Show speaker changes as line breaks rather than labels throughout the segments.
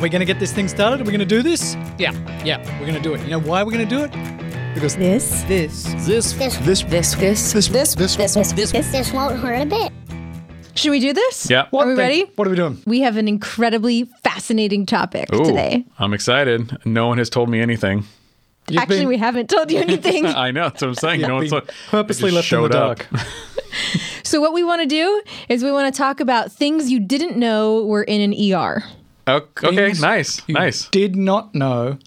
we going to get this thing started? Are we going to do this?
Yeah.
Yeah, we're going to do it. You know why we're going to do it? Because
This
This.
this
This, this, this, this, this, this, this, this, this.
This this won't hurt a bit.
should we do this?
Yeah.
Are we
thing-
ready?
What are we doing?
We have an incredibly fascinating topic today.
I'm excited. No one has told me anything.
You've
Actually,
been
we haven't told you anything.
I know. That's what I'm saying. no one's
being
like,
purposely
they just
left in the
showed up.
dark.
so what we want to do is we want to talk about things you didn't know were in an ER.
Ok- Okay,
Things
nice,
you
nice.
Did not know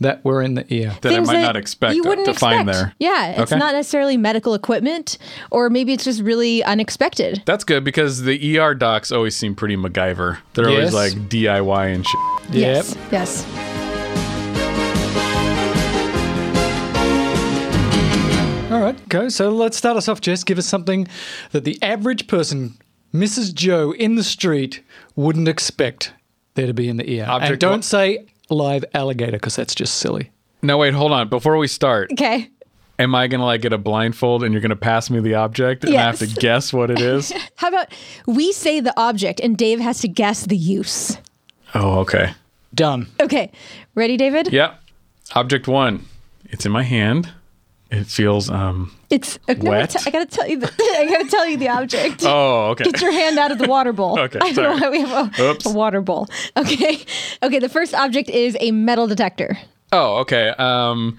that we're in the ear.
That I
Things
might not expect
you
to
wouldn't
find
expect.
there.
Yeah, it's
Okay.
not necessarily medical equipment, or maybe it's just really unexpected.
That's good because the ER docs always seem pretty MacGyver. They're
Yes.
always like DIY and shit.
Yes. Yes.
Yep. All right, go. So let's start us off, Jess. Give us something that the average person, Mrs. Joe in the street, wouldn't expect there to be in the ear. and
Object
don't
one-
say live alligator because that's just silly.
No, wait, hold on. Before we start,
Okay.
am I gonna like get a blindfold and you're gonna pass me the object and I have to
Yes.
guess what it is?
How about we say the object and Dave has to guess the use?
oh, okay.
Done.
Okay. Ready, David?
Yep. Object one. It's in my hand. It feels um.
It's okay, no,
Wet?
I t- I gotta tell you. The, I gotta tell you the object.
Oh, okay.
Get your hand out of the water bowl.
Okay,
I don't
sorry.
know why we have a,
Oops.
a water bowl. Okay. Okay. The first object is a metal detector.
Oh, okay. Um,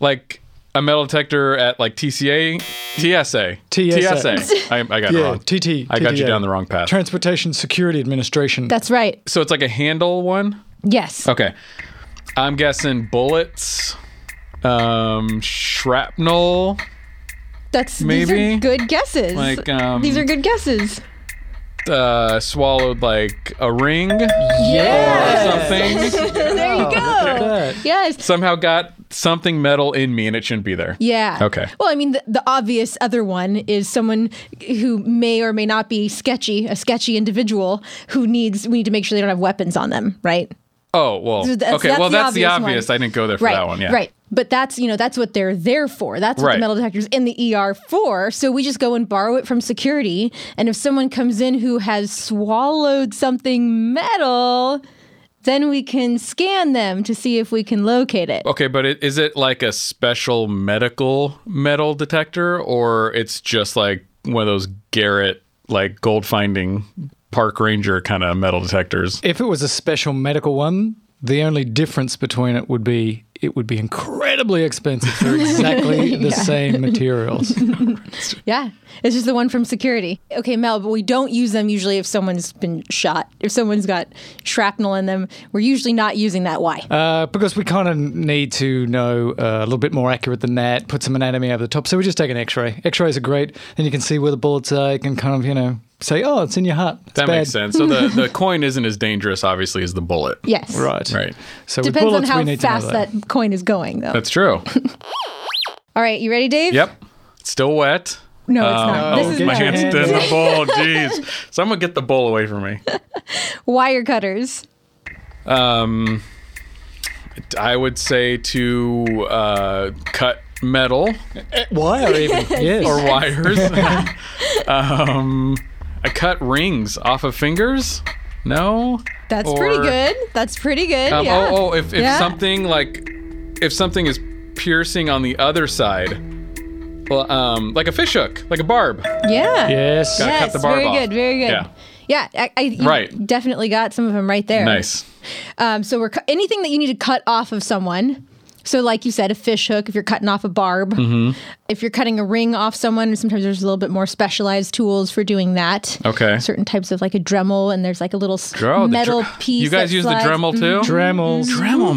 like a metal detector at like TCA, TSA,
TSA.
I, I got it
Yeah,
wrong.
TT.
I got you
TTA.
down the wrong path.
Transportation Security Administration.
That's right.
so it's like a handle one.
Yes.
Okay, I'm guessing bullets, um, shrapnel.
That's these
maybe?
are good guesses.
Like, um,
these are good guesses.
Uh, swallowed like a ring or something.
there you go.
That.
Yes.
Somehow got something metal in me and it shouldn't be there.
Yeah.
Okay.
Well, I mean, the, the obvious other one is someone who may or may not be sketchy, a sketchy individual who needs, we need to make sure they don't have weapons on them, right?
Oh well.
So that's-
okay.
that's
well,
the
that's the
obvious
obvious.
one.
I didn't go there for
right.
that one. Yeah.
Right. But that's, you know, that's what they're there for. That's what the
Right.
metal detector's in the ER for. So we just go and borrow it from security. And if someone comes in who has swallowed something metal, then we can scan them to see if we can locate it.
Okay, but it, is it like a special medical metal detector, or it's just like one of those Garrett, like gold finding park ranger kind of metal detectors?
If it was a special medical one, the only difference between it would be it would be incredibly expensive for exactly the same materials.
Yeah. It's just the one from security. Okay, Mel, but we don't use them usually if someone's been shot. If someone's got shrapnel in them, we're usually not using that. Why?
Uh, because we kind of need to know uh, a little bit more accurate than that, put some anatomy over the top. So we just take an x ray. X rays are great, and you can see where the bullets are. You can kind of, you know, say, oh, it's in your heart. It's
That
bad.
makes sense. So the, the coin isn't as dangerous, obviously, as the bullet.
yes.
Right.
Right.
So with
Depends on
bullets,
how
we need
fast
to know
that. coin is going, though.
That's true.
All right, you ready, Dave?
yep. It's still wet.
No, it's not.
Um,
This
oh,
is
get
my
not.
your
hand's
hand
in the bowl. Jeez. Someone get the bowl away from me.
wire cutters.
Um, I would say to uh, cut metal.
Why are even? yes.
or wires. um, I cut rings off of fingers. No.
That's
Or-
pretty good. That's pretty good.
Um,
yeah.
Oh, oh, if, if
Yeah.
something like, if something is piercing on the other side, well, um, like a fish hook, like a barb.
yeah.
yes.
Got it.
Yes.
cut the barb
very
off.
good. Very good.
Yeah.
Yeah, I, I you
Right.
definitely got some of them right there.
Nice.
Um, so we're cu- anything that you need to cut off of someone. So, like you said, a fish hook. If you're cutting off a barb,
Mm-hmm.
if you're cutting a ring off someone, sometimes there's a little bit more specialized tools for doing that.
Okay.
Certain types of like a Dremel, and there's like a little s-
Dro- the
metal
dr-
piece.
You guys
that
use
slides-
the Dremel too?
Dremels.
Dremel,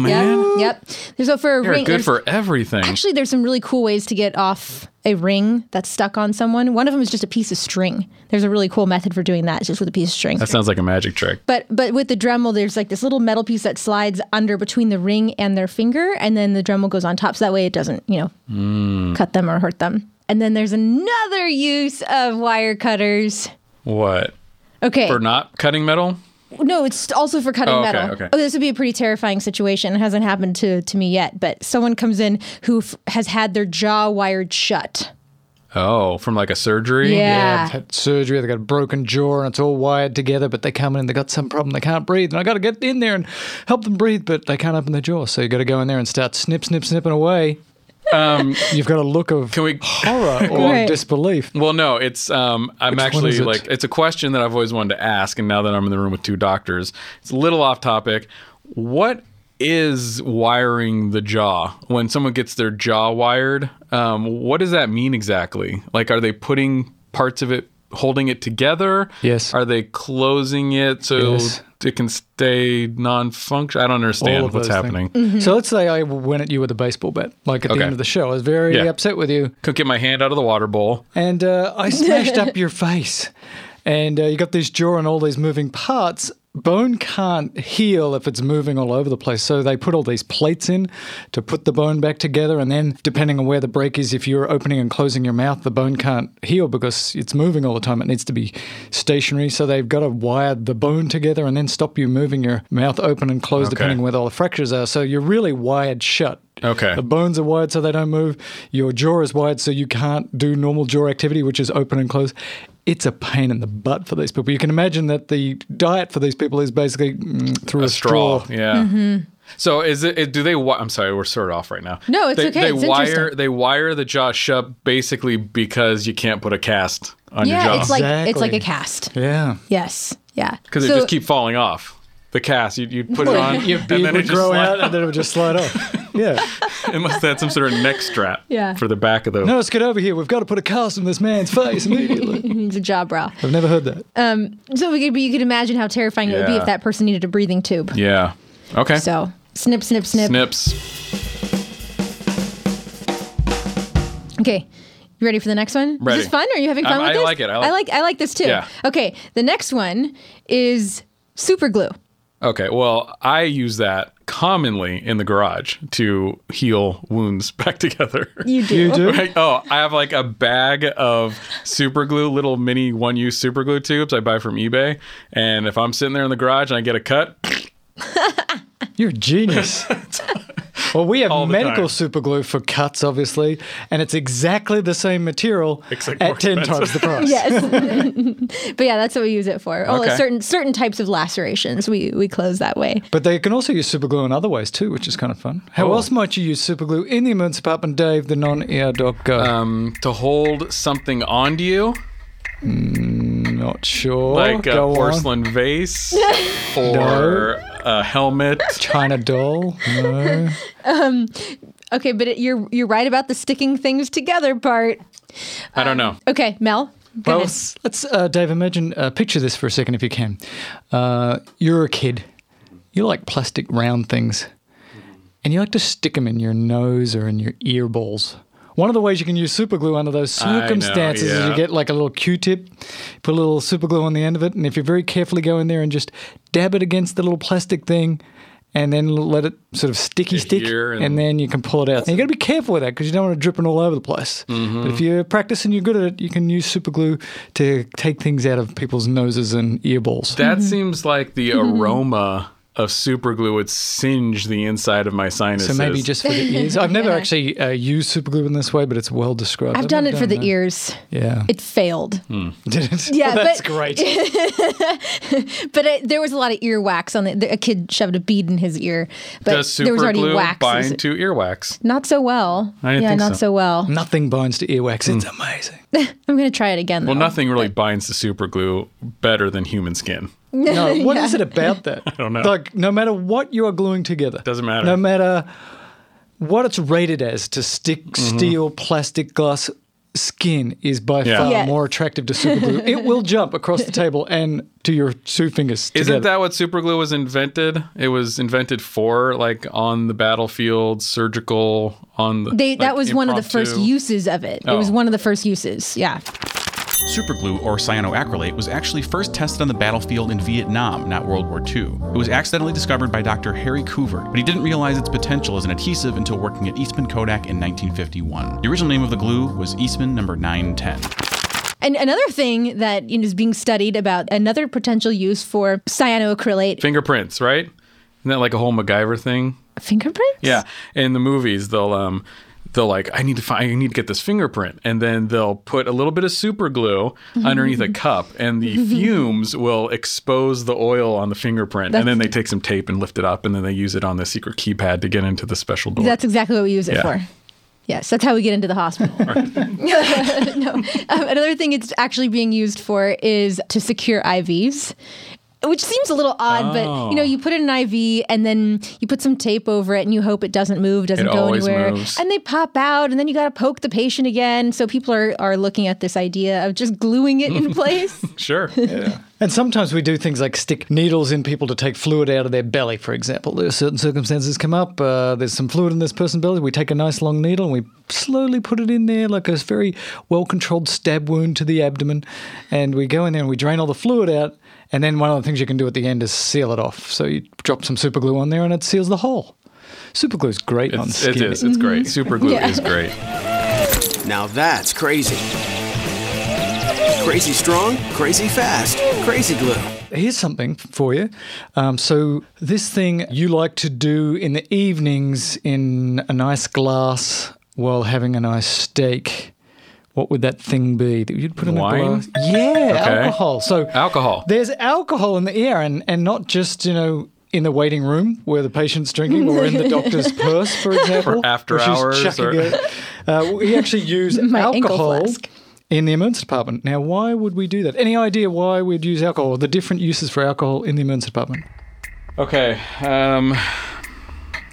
Yep.
man.
Yep. There's a for a
They're
ring.
good
there's-
for everything.
Actually, there's some really cool ways to get off a ring that's stuck on someone. One of them is just a piece of string. There's a really cool method for doing that, just with a piece of string.
that sounds like a magic trick.
but but with the Dremel, there's like this little metal piece that slides under between the ring and their finger, and then the Dremel goes on top, so that way it doesn't you know
Mm.
cut them or hurt them. And then there's another use of wire cutters.
What?
Okay.
For not cutting metal?
No, it's also for cutting
Oh, okay,
metal.
okay.
Oh, this would be a pretty terrifying situation. It hasn't happened to, to me yet, but someone comes in who f- has had their jaw wired shut.
Oh, from like a surgery?
Yeah, I've
Yeah.
had surgery. They got a broken jaw and it's all wired together, but they come in and they got some problem. They can't breathe. And I got to get in there and help them breathe, but they can't open their jaw. So you got to go in there and start snip, snip, snipping away.
Um,
You've got a look of
can we
horror or
Right.
disbelief.
Well, no, it's um, I'm
one
actually
is it?
like it's a question that I've always wanted to ask, and now that I'm in the room with two doctors, it's a little off topic. What is wiring the jaw when someone gets their jaw wired? Um, what does that mean exactly? Like, are they putting parts of it, holding it together?
Yes.
Are they closing it so
Yes.
it can stay non-function? I don't
All
understand
of
what's
those
happening.
things. So let's say I went at you with a baseball bat, like at
Okay.
the end of the show. I was very
Yeah.
upset with you,
Couldn't get my hand out of the water bowl.
and uh, I smashed up your face. And uh, you got this jaw and all these moving parts. Bone can't heal if it's moving all over the place. So they put all these plates in to put the bone back together. And then, depending on where the break is, if you're opening and closing your mouth, the bone can't heal because it's moving all the time. It needs to be stationary. So they've got to wire the bone together and then stop you moving your mouth open and closed,
Okay.
depending where all the fractures are. So you're really wired shut.
Okay.
The bones are wired so they don't move. Your jaw is wired so you can't do normal jaw activity, which is open and close. It's a pain in the butt for these people. You can imagine that the diet for these people is basically mm, through a,
a straw.
straw.
Yeah.
Mm-hmm.
So is it? it- Do they? wi- I'm sorry, we're sort of off right now.
No, it's
they,
okay.
They
It's
wire.
interesting.
They wire the jaw shut basically because you can't put a cast on your
yeah,
jaw
it's like it's like
Exactly.
a cast.
Yeah.
Yes. Yeah.
because it
So-
just keep falling off. The cast you you put it
Well,
on
Your beard would
just
grow
slide-
out and then it would just slide off. Yeah.
It must have had some sort of neck strap.
Yeah.
For the back of the.
No, let's get over here. We've got to put a cast on this man's face immediately.
It's a jaw brow.
I've never heard that.
Um, so we could, but you could imagine how terrifying it would be
Yeah.
if that person needed a breathing tube.
Yeah. Okay.
So snip, snip, snip.
Snips.
Okay. You ready for the next one?
Ready.
Is this fun? Are you having fun
Um,
with
I
this?
like it. I like-
I like, I like this too.
Yeah.
Okay. The next one is super glue.
Okay. Well, I use that commonly in the garage to heal wounds back together.
You do.
You do?
Right. Oh, I have like a bag of super glue, little mini one use super glue tubes I buy from eBay. And if I'm sitting there in the garage and I get a cut,
You're a genius. Well, we have
the
medical
time.
super glue for cuts, obviously, and it's exactly the same material
Except more
at 10
expensive.
times the price.
Yes. but yeah, that's what we use it for. Oh,
Okay.
certain certain types of lacerations we we close that way.
But they can also use superglue in other ways too, which is kind of fun. How
Oh.
else might you use superglue in the emergency department, Dave, the non-ER doc guy?
um, to hold something onto you,
Not sure.
like a
Oh, Go on.
porcelain vase or a helmet.
China doll. No.
Okay, but it, you're you're right about the sticking things together part.
I don't know.
Okay, Mel. Go
well,
ahead.
let's, let's uh, Dave, imagine, uh, picture this for a second if you can. Uh, you're a kid. You like plastic round things, and you like to stick them in your nose or in your ear balls. One of the ways you can use superglue under those
I know,
circumstances is
yeah.
you get like a little Q-tip, put a little superglue on the end of it, and if you very carefully go in there and just dab it against the little plastic thing, and then let it sort of sticky stick,
here and-
and then you can pull it out. And you got to be careful with that because you don't want it dripping all over the place. But if you're practicing, you're good at it. You can use super glue to take things out of people's noses and ear balls.
That seems like the
Mm-hmm.
aroma of super glue would singe the inside of my
so
sinuses.
maybe just for the ears. I've never actually uh, used super glue in this way, but it's well described.
I've done it
never
for the
that.
ears.
Yeah.
It failed.
Did it?
Yeah,
Well, that's
but-
great.
But it, there was a lot of ear wax on it. A kid shoved a bead in his ear, but
Does
there was
super
already
glue
wax.
bind to earwax?
Not so well.
I didn't
yeah,
think
not
so.
so. well.
Nothing binds to earwax. It's amazing.
I'm gonna try it again. Though.
Well, nothing really binds to super glue better than human skin.
No, what is it about that? I
don't know.
Like, no matter what you are gluing together,
Doesn't matter.
No matter what it's rated as to stick, steel, plastic, glass, skin is by
Mm-hmm. Yeah.
far
Yes.
more attractive to super glue. it will jump across the table and to your two fingers.
Isn't
together.
that what super glue was invented? It was invented for like on the battlefield, surgical on the.
They, that
like,
was one of the first
impromptu.
uses of it. It was
Oh.
one of the first uses. Yeah.
Superglue, or cyanoacrylate, was actually first tested on the battlefield in Vietnam, not World War II. It was accidentally discovered by Dr. Harry Coover, but he didn't realize its potential as an adhesive until working at Eastman Kodak in 1951. The original name of the glue was Eastman number 910.
And another thing that you know, is being studied about another potential use for cyanoacrylate
fingerprints, right? Isn't that like a whole MacGyver thing?
fingerprints.
Yeah, in the movies they'll um they'll like I need to find I need to get this fingerprint and then they'll put a little bit of super glue
Mm-hmm.
underneath a cup and the fumes will expose the oil on the fingerprint and then they take some tape and lift it up and then they use it on the secret keypad to get into the special door.
That's exactly what we use it
Yeah.
for. Yes, that's how we get into the hospital. no. Um, another thing it's actually being used for is to secure IVs, which seems a little odd, but you know,
Oh.
you put in an IV and then you put some tape over it and you hope it doesn't move, doesn't
It
go
always
anywhere.
moves.
And they pop out and then you got to poke the patient again. So people are, are looking at this idea of just gluing it in place.
sure.
And sometimes we do things like stick needles in people to take fluid out of their belly, for example. There are certain circumstances come up. Uh, there's some fluid in this person's belly. We take a nice long needle and we slowly put it in there like a very well controlled stab wound to the abdomen. And we go in there and we drain all the fluid out. And then one of the things you can do at the end is seal it off. So you drop some super glue on there and it seals the hole. Super glue is great on
It's,
skin.
it is. It's great. Super glue
Mm-hmm. Yeah.
is great.
Now that's crazy. Crazy strong, crazy fast, crazy glue.
Here's something for you. Um, so this thing you like to do in the evenings in a nice glass while having a nice steak. What would that thing be that you'd put in
Wine?
a glass? Yeah, alcohol. So
Alcohol.
There's alcohol in the air, and and not just you know. In the waiting room where the patient's drinking, or in the doctor's purse, for example,
after
where she's
hours
chucking
or-
it. Uh, we actually use
My ankle
alcohol
flask.
in the emergency department. Now, why would we do that? Any idea why we'd use alcohol, the different uses for alcohol in the emergency department?
Okay. Um,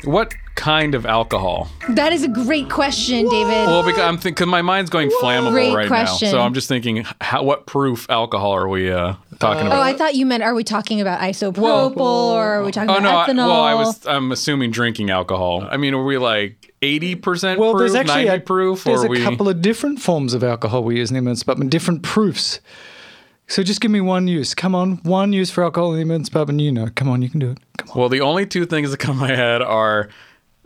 what kind of alcohol?
that is a great question, David.
Well, because I'm thinking my mind's going flammable
Great
right
question.
now, so I'm just thinking, how, what proof alcohol are we uh, talking
Oh,
about?
I thought you meant are we talking about isopropyl or are we talking
oh
about
no! I,
ethanol?
well, I was. I'm assuming drinking alcohol. I mean, are we like 80 percent
Well,
proof,
there's actually
90
a,
proof,
there's
or
a
are we?
couple of different forms of alcohol we use in the emergency department, different proofs. So just give me one use. Come on, one use for alcohol in the emergency department. You know, come on, you can do it. Come on.
well, the only two things that come to my head are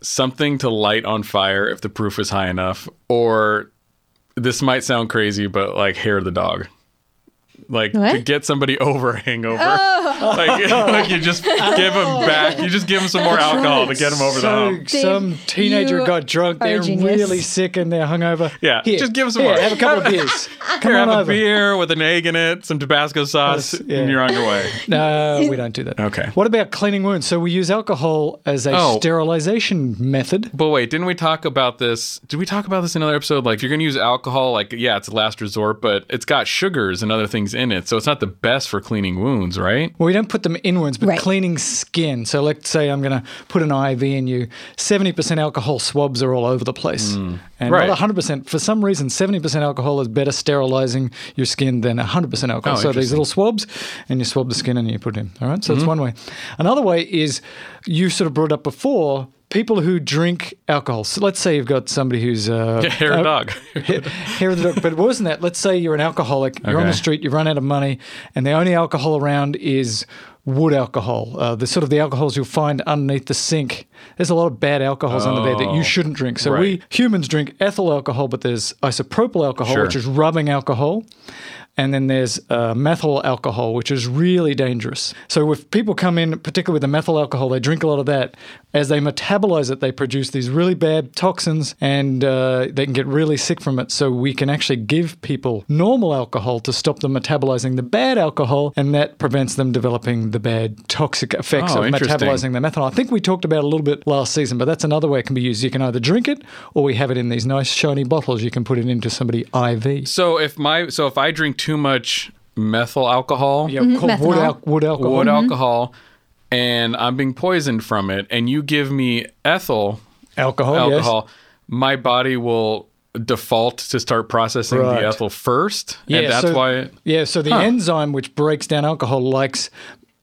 something to light on fire if the proof is high enough, or this might sound crazy, but like hair the dog. Like to
What?
get somebody over a hangover, like, like you just give them back, you just give them some more alcohol to get them over the
So
hump.
some
Dave,
teenager
you
got drunk.
are a
They're
genius.
really sick and they're hungover.
Yeah,
Here,
just give 'em some
here,
more.
Have a couple of beers. Come
Here,
on
have a
over.
beer with an egg in it, some Tabasco sauce,
Yes, yeah.
and you're on your way.
No, we don't do that.
Okay.
What about cleaning wounds? So we use alcohol as a
Oh.
sterilization method.
But wait, didn't we talk about this? Did we talk about this in another episode? Like, you're going to use alcohol, like, yeah, it's a last resort, but it's got sugars and other things in it. So it's not the best for cleaning wounds, right?
Well, we don't put them in wounds, but
Right.
cleaning skin. So let's say I'm going to put an IV in you. 70% alcohol swabs are all over the place. And
Hmm. Right.
not 100%. For some reason, 70% alcohol is better sterilizing your skin than 100% alcohol.
Oh,
so these
interesting. Mm-hmm.
little swabs, and you swab the skin and you put it in. All right. So that's one way. Another way is you sort of brought up before people who drink alcohol. So let's say you've got somebody who's. Uh,
Hair
uh,
dog.
Hair hair of the dog. But worse than that, let's say you're an alcoholic, you're on the
Okay.
street, you run out of money, and the only alcohol around is wood alcohol, uh, the sort of the alcohols you'll find underneath the sink. There's a lot of bad alcohols under there that you shouldn't drink. So we
Oh, right.
humans drink ethyl alcohol, but there's isopropyl alcohol,
Sure.
which is rubbing alcohol. And then there's uh, methyl alcohol, which is really dangerous. So if people come in, particularly with the methyl alcohol, they drink a lot of that. As they metabolize it, they produce these really bad toxins, and uh, they can get really sick from it. So we can actually give people normal alcohol to stop them metabolizing the bad alcohol, and that prevents them developing the bad toxic effects
Oh,
of
interesting.
metabolizing the methanol. I think we talked about it a little bit last season, but that's another way it can be used. You can either drink it, or we have it in these nice shiny bottles. You can put it into somebody IV.
So if my, so if I drink too much methyl alcohol,
Yeah, called wood,
methanol.
al- wood alcohol. Mm-hmm.
wood alcohol, and I'm being poisoned from it, and you give me ethyl
alcohol.
alcohol, my body will default to start processing
Right.
the ethyl first.
Yes.
and that's
so,
why. It,
yeah, so the enzyme which breaks down alcohol likes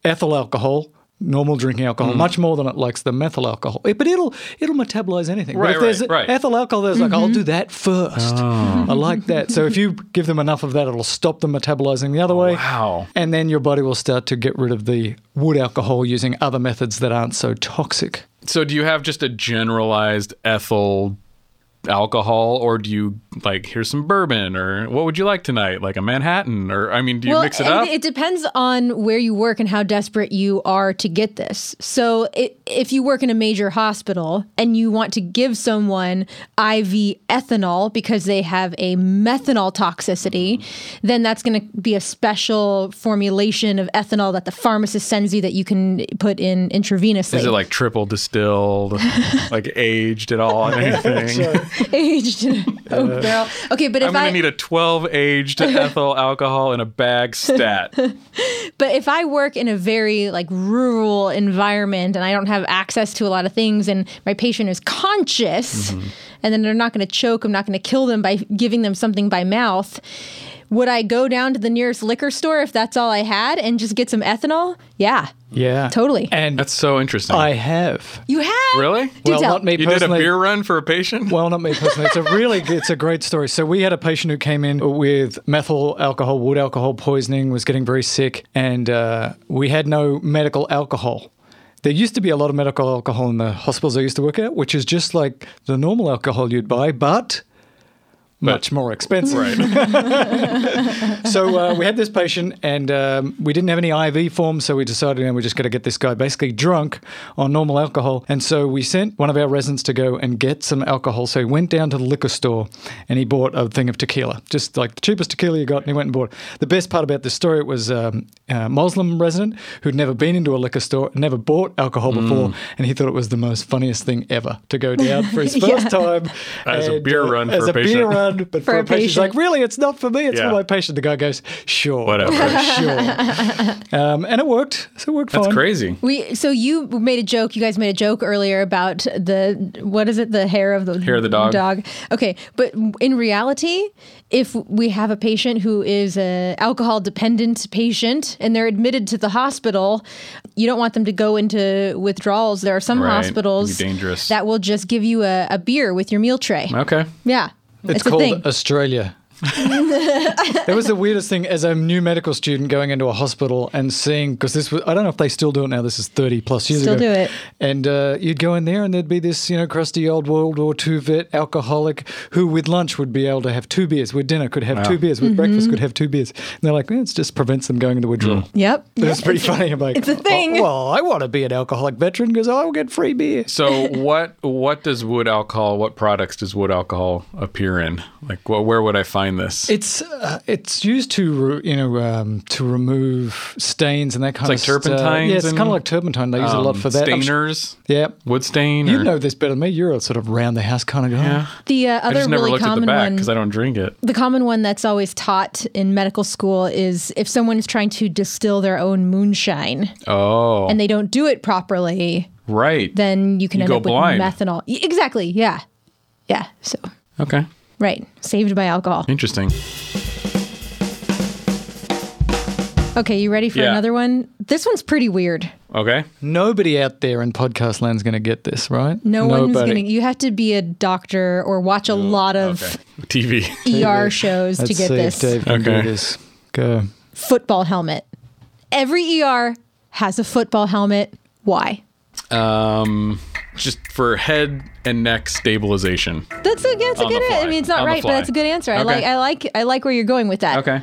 ethyl alcohol. Normal drinking alcohol
Mm.
much more than it likes the methyl alcohol, It- but it'll it'll metabolize anything.
Right,
but if there's
right, Oh. right.
ethyl alcohol, there's like I'll do that first. I like that. So if you give them enough of that, it'll stop them metabolizing the other way.
wow.
And then your body will start to get rid of the wood alcohol using other methods that aren't so toxic.
So do you have just a generalized ethyl alcohol or do you like here's some bourbon or what would you like tonight like a manhattan or i mean do you mix it up
It depends on where you work and how desperate you are to get this. So, i if you work in a major hospital and you want to give someone IV ethanol because they have a methanol toxicity, then that's going to be a special formulation of ethanol that the pharmacist sends you that you can put in intravenously.
is it like triple distilled like aged at all and anything
aged in an oak barrel? Okay, but if
i'm gonna
I
need a 12 aged ethyl alcohol in a bag stat
But if I work in a very like rural environment and I don't have access to a lot of things and my patient is conscious and then they're not going to choke, I'm not going to kill them by giving them something by mouth, would I go down to the nearest liquor store if that's all I had and just get some ethanol? Yeah.
Yeah.
Totally.
And
that's so interesting
I have.
You have
really
Do
well,
tell.
not me
you did a
personally.
beer run for a patient
Well, not me personally. It's a really, it's a great story. So we had a patient who came in with methyl alcohol, wood alcohol poisoning, was getting very sick, and uh, we had no medical alcohol. There used to be a lot of medical alcohol in the hospitals I used to work at, which is just like the normal alcohol you'd buy, but much more expensive. so uh, we had this patient, and um, we didn't have any IV forms, so we decided, you know, we're just going to get this guy basically drunk on normal alcohol. And so we sent one of our residents to go and get some alcohol. So he went down to the liquor store, and he bought a thing of tequila, just like the cheapest tequila you got, and he went and bought. it. The best part about this story it was um, a Muslim resident who'd never been into a liquor store, never bought alcohol
Mm.
before, and he thought it was the most funniest thing ever to go down for his first time
As a
and,
beer
uh,
run
as
for a patient.
beer run, but for, a patient, he's like, really, it's not for me, it's
Yeah.
for my patient. The guy goes, sure,
Whatever.
sure, um, and it worked. So it worked
that's
fine.
crazy
we so you made a joke. You guys made a joke earlier about the what is it? The hair of the
Hair of the dog.
Okay, but in reality, if we have a patient who is a alcohol dependent patient and they're admitted to the hospital, you don't want them to go into withdrawals. There are some
Right.
hospitals
Be dangerous.
that will just give you a, a beer with your meal tray.
okay
Yeah,
It's,
a
called
thing.
Australia. that was the weirdest thing as a new medical student going into a hospital and seeing because this was I don't know if they still do it now. This is thirty plus years
Still
ago.
do it.
And uh, you'd go in there and there'd be this you know crusty old World War II vet alcoholic who with lunch would be able to have two beers, with dinner could have two beers,
Mm-hmm.
with breakfast could have two beers. And they're like, eh, it just prevents them going into withdrawal.
Mm.
yep.
It was pretty funny. I'm like,
it's a thing.
"Oh, well, I want to be an alcoholic veteran because I will get free beer.
So what what does wood alcohol? What products does wood alcohol appear in? Like wh- where would I find this?
It's uh, it's used to re- you know um, to remove stains and that kind
It's
of stuff.
like turpentines
Yeah, it's
and,
kind of like turpentine. They use it a lot
Um,
for that. I'm sh-
Stainers,
yeah.
wood stain.
You
or-
know this better than me. You're a sort of round the house kind of guy.
Yeah.
The uh,
I
other
just never
really
looked at
common
the back
one
because I don't drink it.
The common one that's always taught in medical school is if someone is trying to distill their own moonshine
Oh,
and they don't do it properly,
right.
then you can
You
end
go
up
blind.
with methanol. Y- Exactly. Yeah. Yeah. So,
okay,
right. Saved by alcohol.
interesting.
Okay. You ready for
Yeah.
another one? This one's pretty weird.
Okay,
Nobody out there in podcast land's going to get this, right?
No one's
Nobody.
going to, you have to be a doctor or watch a lot of
okay. TV.
ER shows
Let's
to get
see
this
If Dave can
Okay.
do this. Go.
football helmet. Every ER has a football helmet. Why?
um, just for head and neck stabilization.
That's a, that's a
On the
good.
fly.
I mean, it's not
On the
right, but
fly.
that's a good answer. I
Okay.
like. I like. I like where you're going with that.
Okay.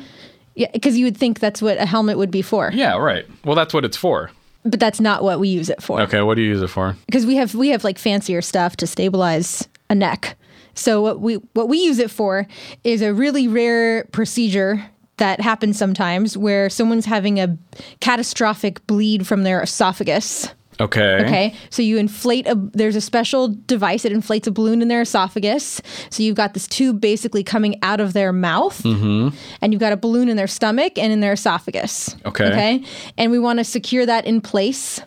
Yeah, because you would think that's what a helmet would be for,
Yeah. Right. Well, that's what it's for.
but that's not what we use it for.
Okay. What do you use it for?
Because we have we have like fancier stuff to stabilize a neck. So what we what we use it for is a really rare procedure that happens sometimes where someone's having a catastrophic bleed from their esophagus.
Okay.
Okay. So you inflate a there's a special device that inflates a balloon in their esophagus. So you've got this tube basically coming out of their mouth and you've got a balloon in their stomach and in their esophagus.
Okay.
Okay. And we want to secure that in place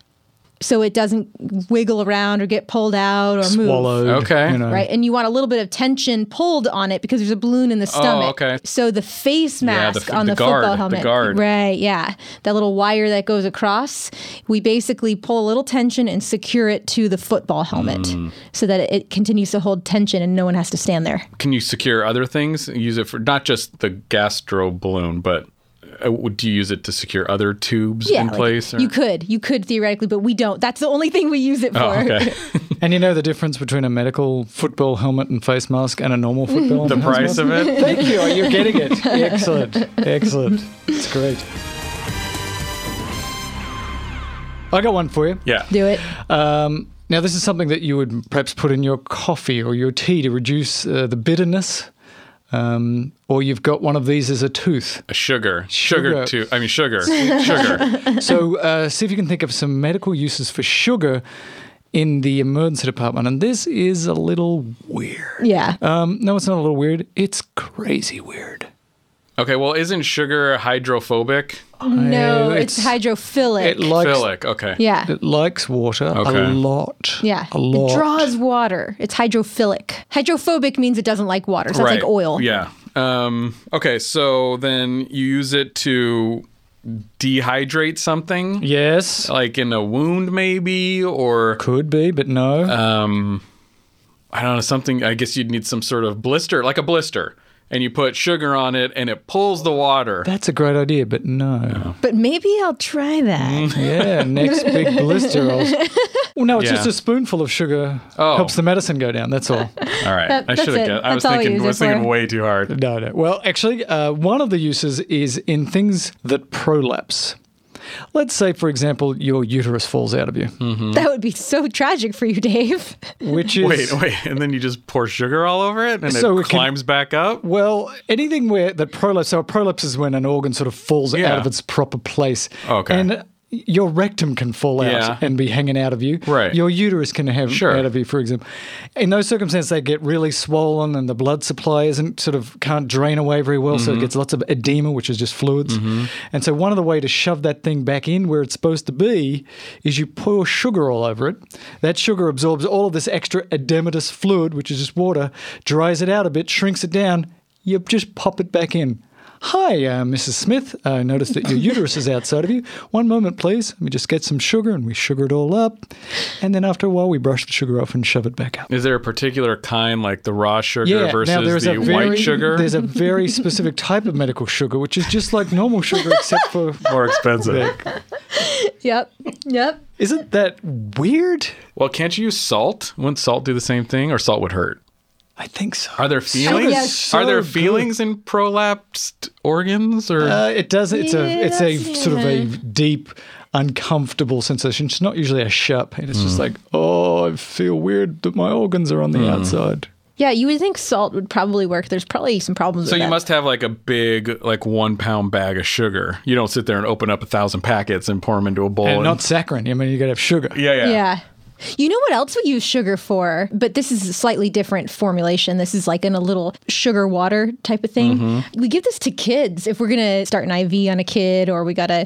so it doesn't wiggle around or get pulled out or move.
Swallowed.
Okay.
You know.
Right. And you want a little bit of tension pulled on it because there's a balloon in the stomach.
Oh, okay.
So the face
Yeah,
mask
the f-
on
the
the,
guard,
football
the
helmet.
guard.
Right. Yeah. That little wire that goes across. We basically pull a little tension and secure it to the football helmet
Mm.
so that it, it continues to hold tension and no one has to stand there.
Can you secure other things? Use it for not just the gastro balloon, but uh, would- do you use it to secure other tubes
Yeah,
in
like,
place? or-
you could, you could theoretically, but we don't. That's the only thing we use it for.
Oh, okay.
And you know the difference between a medical football helmet and face mask and a normal football
the
and face
price
mask?
of it.
Thank you. You're getting it. Excellent. Excellent. It's great. I got one for you.
Yeah.
Do it.
Um, now, this is something that you would perhaps put in your coffee or your tea to reduce uh, the bitterness. Um, or you've got one of these as a tooth.
Sugar.
Sugar.
Sugar too. I mean, sugar. sugar.
So, uh, see if you can think of some medical uses for sugar in the emergency department. And this is a little weird.
Yeah.
Um, no, it's not a little weird. It's crazy weird.
Okay, well, isn't sugar hydrophobic?
no,
Uh,
it's, hydrophilic.
It likes
Philic. Okay.
yeah.
it likes water
Okay.
a lot.
yeah.
a lot.
It draws water. It's hydrophilic. Hydrophobic means it doesn't like water. So it's like oil.
Yeah. Um, okay, so then you use it to dehydrate something,
Yes,
like in a wound, maybe, or
could be, but no.
um, I don't know something. I guess you'd need some sort of blister, like a blister, and you put sugar on it, and it pulls the water.
That's a great idea, but no.
But maybe I'll try that.
Mm-hmm.
Yeah, next big blister. I'll... Well, no, it's
Yeah.
just a spoonful of sugar
Oh.
helps the medicine go down. That's all.
All right,
That-
I should
that's it.
have guessed. I was
That's all you
thinking,
use it
was thinking
for.
way too hard.
No, no. Well, actually, uh, one of the uses is in things that prolapse. Let's say, for example, your uterus falls out of you,
Hmm.
That would be so tragic for you, Dave.
which is
Wait, wait, and then you just pour sugar all over it, and
So
it
it can-
climbs back up.
Well, anything where that prolapse, so a prolapse is when an organ sort of falls
Yeah. Oh,
out of its proper place.
Okay.
And your rectum can fall out
Yeah.
and be hanging out of you.
Right.
Your uterus can have
Sure.
out of you, for example. In those circumstances, they get really swollen and the blood supply isn't sort of can't drain away very well. So it gets lots of edema, which is just fluids. And so one of the way to shove that thing back in where it's supposed to be is you pour sugar all over it. That sugar absorbs all of this extra edematous fluid, which is just water, dries it out a bit, shrinks it down. You just pop it back in. Hi, uh, Mrs. Smith. I noticed that your uterus is outside of you. One moment, please. Let me just get some sugar and we sugar it all up. And then after a while, we brush the sugar off and shove it back up.
Is there a particular kind, like the raw sugar versus the
very,
white sugar?
There's a very specific type of medical sugar, which is just like normal sugar, except for.
More expensive.
Yep. Yep.
Isn't that weird?
well, can't you use salt? Wouldn't salt do the same thing, or salt would hurt?
I think so.
Are there feelings?
yes.
Are there
So good.
feelings in prolapsed organs? Or
Uh, it does. It's a.
Yeah,
It's a
that's-
sort of a deep, uncomfortable sensation. It's not usually a sharp pain. It's
Hmm.
just like, oh, I feel weird that my organs are on the outside.
Yeah, you would think salt would probably work. There's probably some problems
so
with
you
that.
must have like a big, like one pound bag of sugar. You don't sit there and open up a thousand packets and pour them into a bowl.
and not saccharin. I mean, you got to have sugar.
yeah, yeah,
Yeah. You know what else we use sugar for? But this is a slightly different formulation. This is like in a little sugar water type of thing.
Mm-hmm.
We give this to kids if we're going to start an IV on a kid or we got to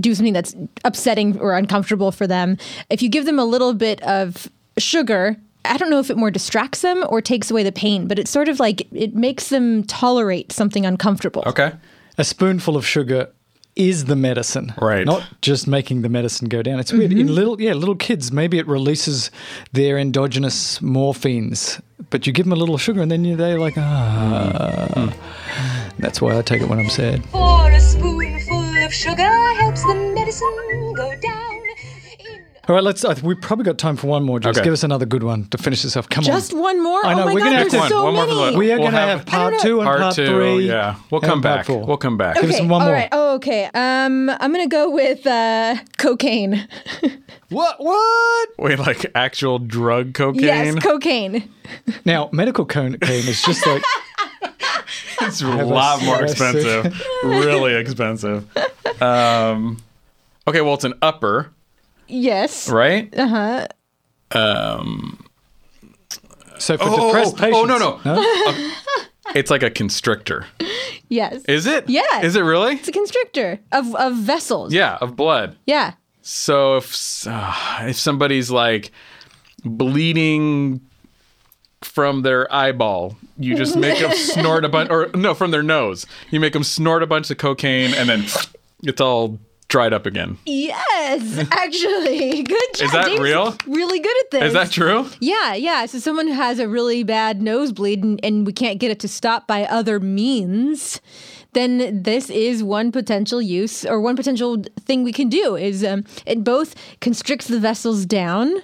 do something that's upsetting or uncomfortable for them. If you give them a little bit of sugar, I don't know if it more distracts them or takes away the pain, but it's sort of like it makes them tolerate something uncomfortable.
Okay.
a spoonful of sugar is the medicine,
Right.
Not just making the medicine go down. It's weird.
Mm-hmm.
In little, yeah, little kids, maybe it releases their endogenous morphines, but you give them a little sugar, and then you- they're like, ah. That's why I take it when I'm sad.
For a spoonful of sugar helps the medicine go down.
All
In
right, let's. I th- we've probably got time for one more. Just
Okay.
give us another good one to finish this off. Come
Just
on.
one more?
I know,
oh my
we're
God,
gonna have
there's
to-
so
One more for the-
many.
We are
We'll
going to
have-
have, part
I don't know.
two and
Part
part,
two.
three.
Yeah, we'll
and
come
part
back.
four.
We'll come back.
Give us one
all
more.
right. Oh, okay. Um, I'm gonna go with uh, cocaine.
What? What?
Wait, like actual drug cocaine?
Yes, cocaine.
Now, medical cone cane is just like.
It's a lot more
Yes.
expensive. really expensive. Um, okay, well, it's an upper,
Yes.
right?
So for
oh,
depressed
oh,
patients.
oh, no, no. It's like a constrictor.
Yes.
Is it?
Yeah.
Is it really?
it's a constrictor of of vessels.
Yeah, of blood.
Yeah.
So if s- ah, if somebody's like bleeding from their eyeball, you just make them snort a bunch, or no, from their nose. You make them snort a bunch of cocaine, and then it's all dried up again.
Yes. Actually, good job.
that
Dave's
real?
Really good at this.
Is that true?
Yeah. Yeah. So someone who has a really bad nosebleed and, and we can't get it to stop by other means. then this is one potential use or one potential thing we can do is um, it both constricts the vessels down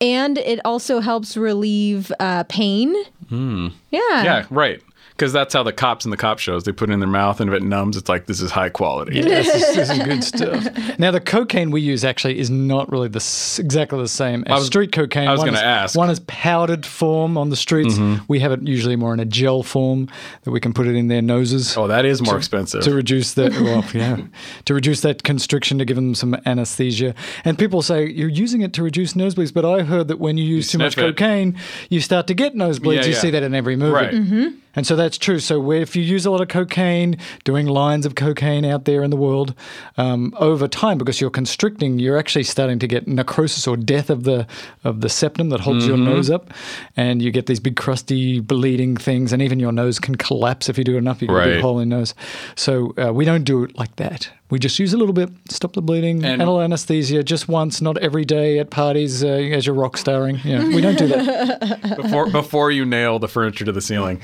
and it also helps relieve uh, pain. Yeah.
Hmm. Yeah, right. Because that's how the cops in the cop shows they put it in their mouth, and if it numbs, it's like this is high quality.
This is, this is good stuff. Now, the cocaine we use actually is not really the s- exactly the same as
was-
street cocaine.
I was
One
gonna
is-
ask. Mm-hmm.
One is powdered form on the streets. We have it usually more in a gel form that we can put it in their noses.
Oh, that is more expensive.
to reduce that, well, yeah, to reduce that constriction, to give them some anesthesia. And people say you're using it to reduce nosebleeds, but I heard that when you use too much
sniff it.
cocaine, you start to get nosebleeds.
Yeah,
you
yeah.
see that in every movie.
Right.
And so that's true. So where- if you use a lot of cocaine, doing lines of cocaine out there in the world, um, over time, because you're constricting, you're actually starting to get necrosis or death of the of the septum that holds
Mm-hmm.
your nose up, and you get these big crusty bleeding things, and even your nose can collapse if you do enough. You get a
Right.
big hole in your nose. So uh, we don't do it like that. We just use a little bit, stop the bleeding,
And-
anal anesthesia, just once, not every day at parties uh, as you're rock starring. Yeah, we don't do that.
before before you nail the furniture to the ceiling.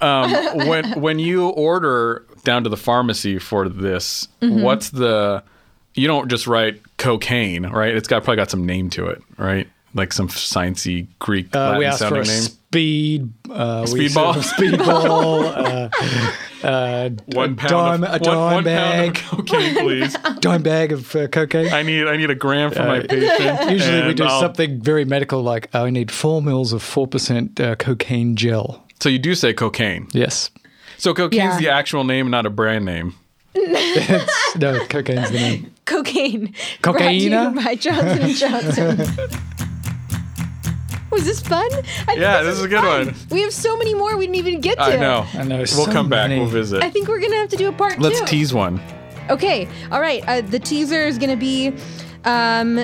Um, when when you order down to the pharmacy for this, what's the? You don't just write cocaine, right? It's got probably got some name to it, right? Like some sciencey Greek
Uh, we
Latin
asked for
sounding
a
name.
speed uh, we
Speedball?
serve a speedball, uh, uh,
One
a
pound,
dime,
of,
a
one-
dime
one pound of
bag,
cocaine, please.
dime bag of uh, cocaine.
I need I need a gram for my patient.
Usually we
and
do
I'll-
something very medical, like I need four mils of four percent uh, cocaine gel.
So you do say cocaine.
Yes,
So cocaine's
Yeah.
the actual name, not a brand name.
It's- no, cocaine's the name.
Cocaine.
Cocaina?
Brought to you by Johnson and Johnson. Was this fun? I think
Yeah, this is a good
fun.
one.
We have so many more we didn't even get to.
I know.
I know,
We'll
so
come back.
many.
We'll visit.
I think we're gonna have to do a part
Let's
two.
tease one.
Okay. All right. Uh, the teaser is going to be um,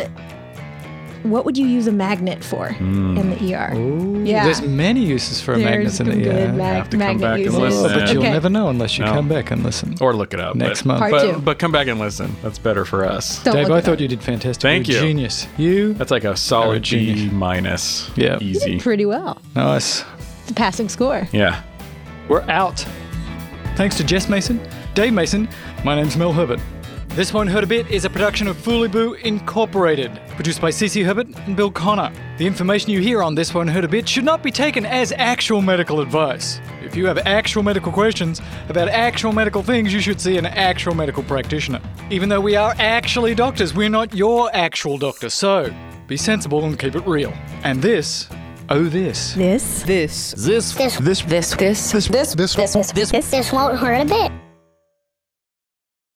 what would you use a magnet for in the ER? Yeah.
There's many uses for a
There's
magnet Hmm. in
some
the
good
ER.
mag-
have to come
magnet
back and
uses.
listen.
Oh, but you'll
Okay.
never know unless you
No.
come back and listen.
or look it up
Next
but-
month. Part
But,
two.
but come back and listen. That's better for us.
Don't
Dave,
look
I
it
thought
up.
you did fantastic.
Thank
You're a
you.
Genius. You
That's like a solid
Alright,
G
genius.
minus.
Yeah.
Easy.
pretty well.
nice.
It's a passing score.
Yeah.
We're out. Thanks to Jess Mason, Dave Mason. My name's Mel Herbert. This One Heard a Bit is a production of Foolaboo Incorporated, produced by Cece Herbert and Bill Connor. The information you hear on This One Heard a Bit should not be taken as actual medical advice. If you have actual medical questions about actual medical things, you should see an actual medical practitioner. Even though we are actually doctors, we're not your actual doctor, so be sensible and keep it real. And this, oh, this.
This. This.
This this this this this this this this
This won't hurt a bit.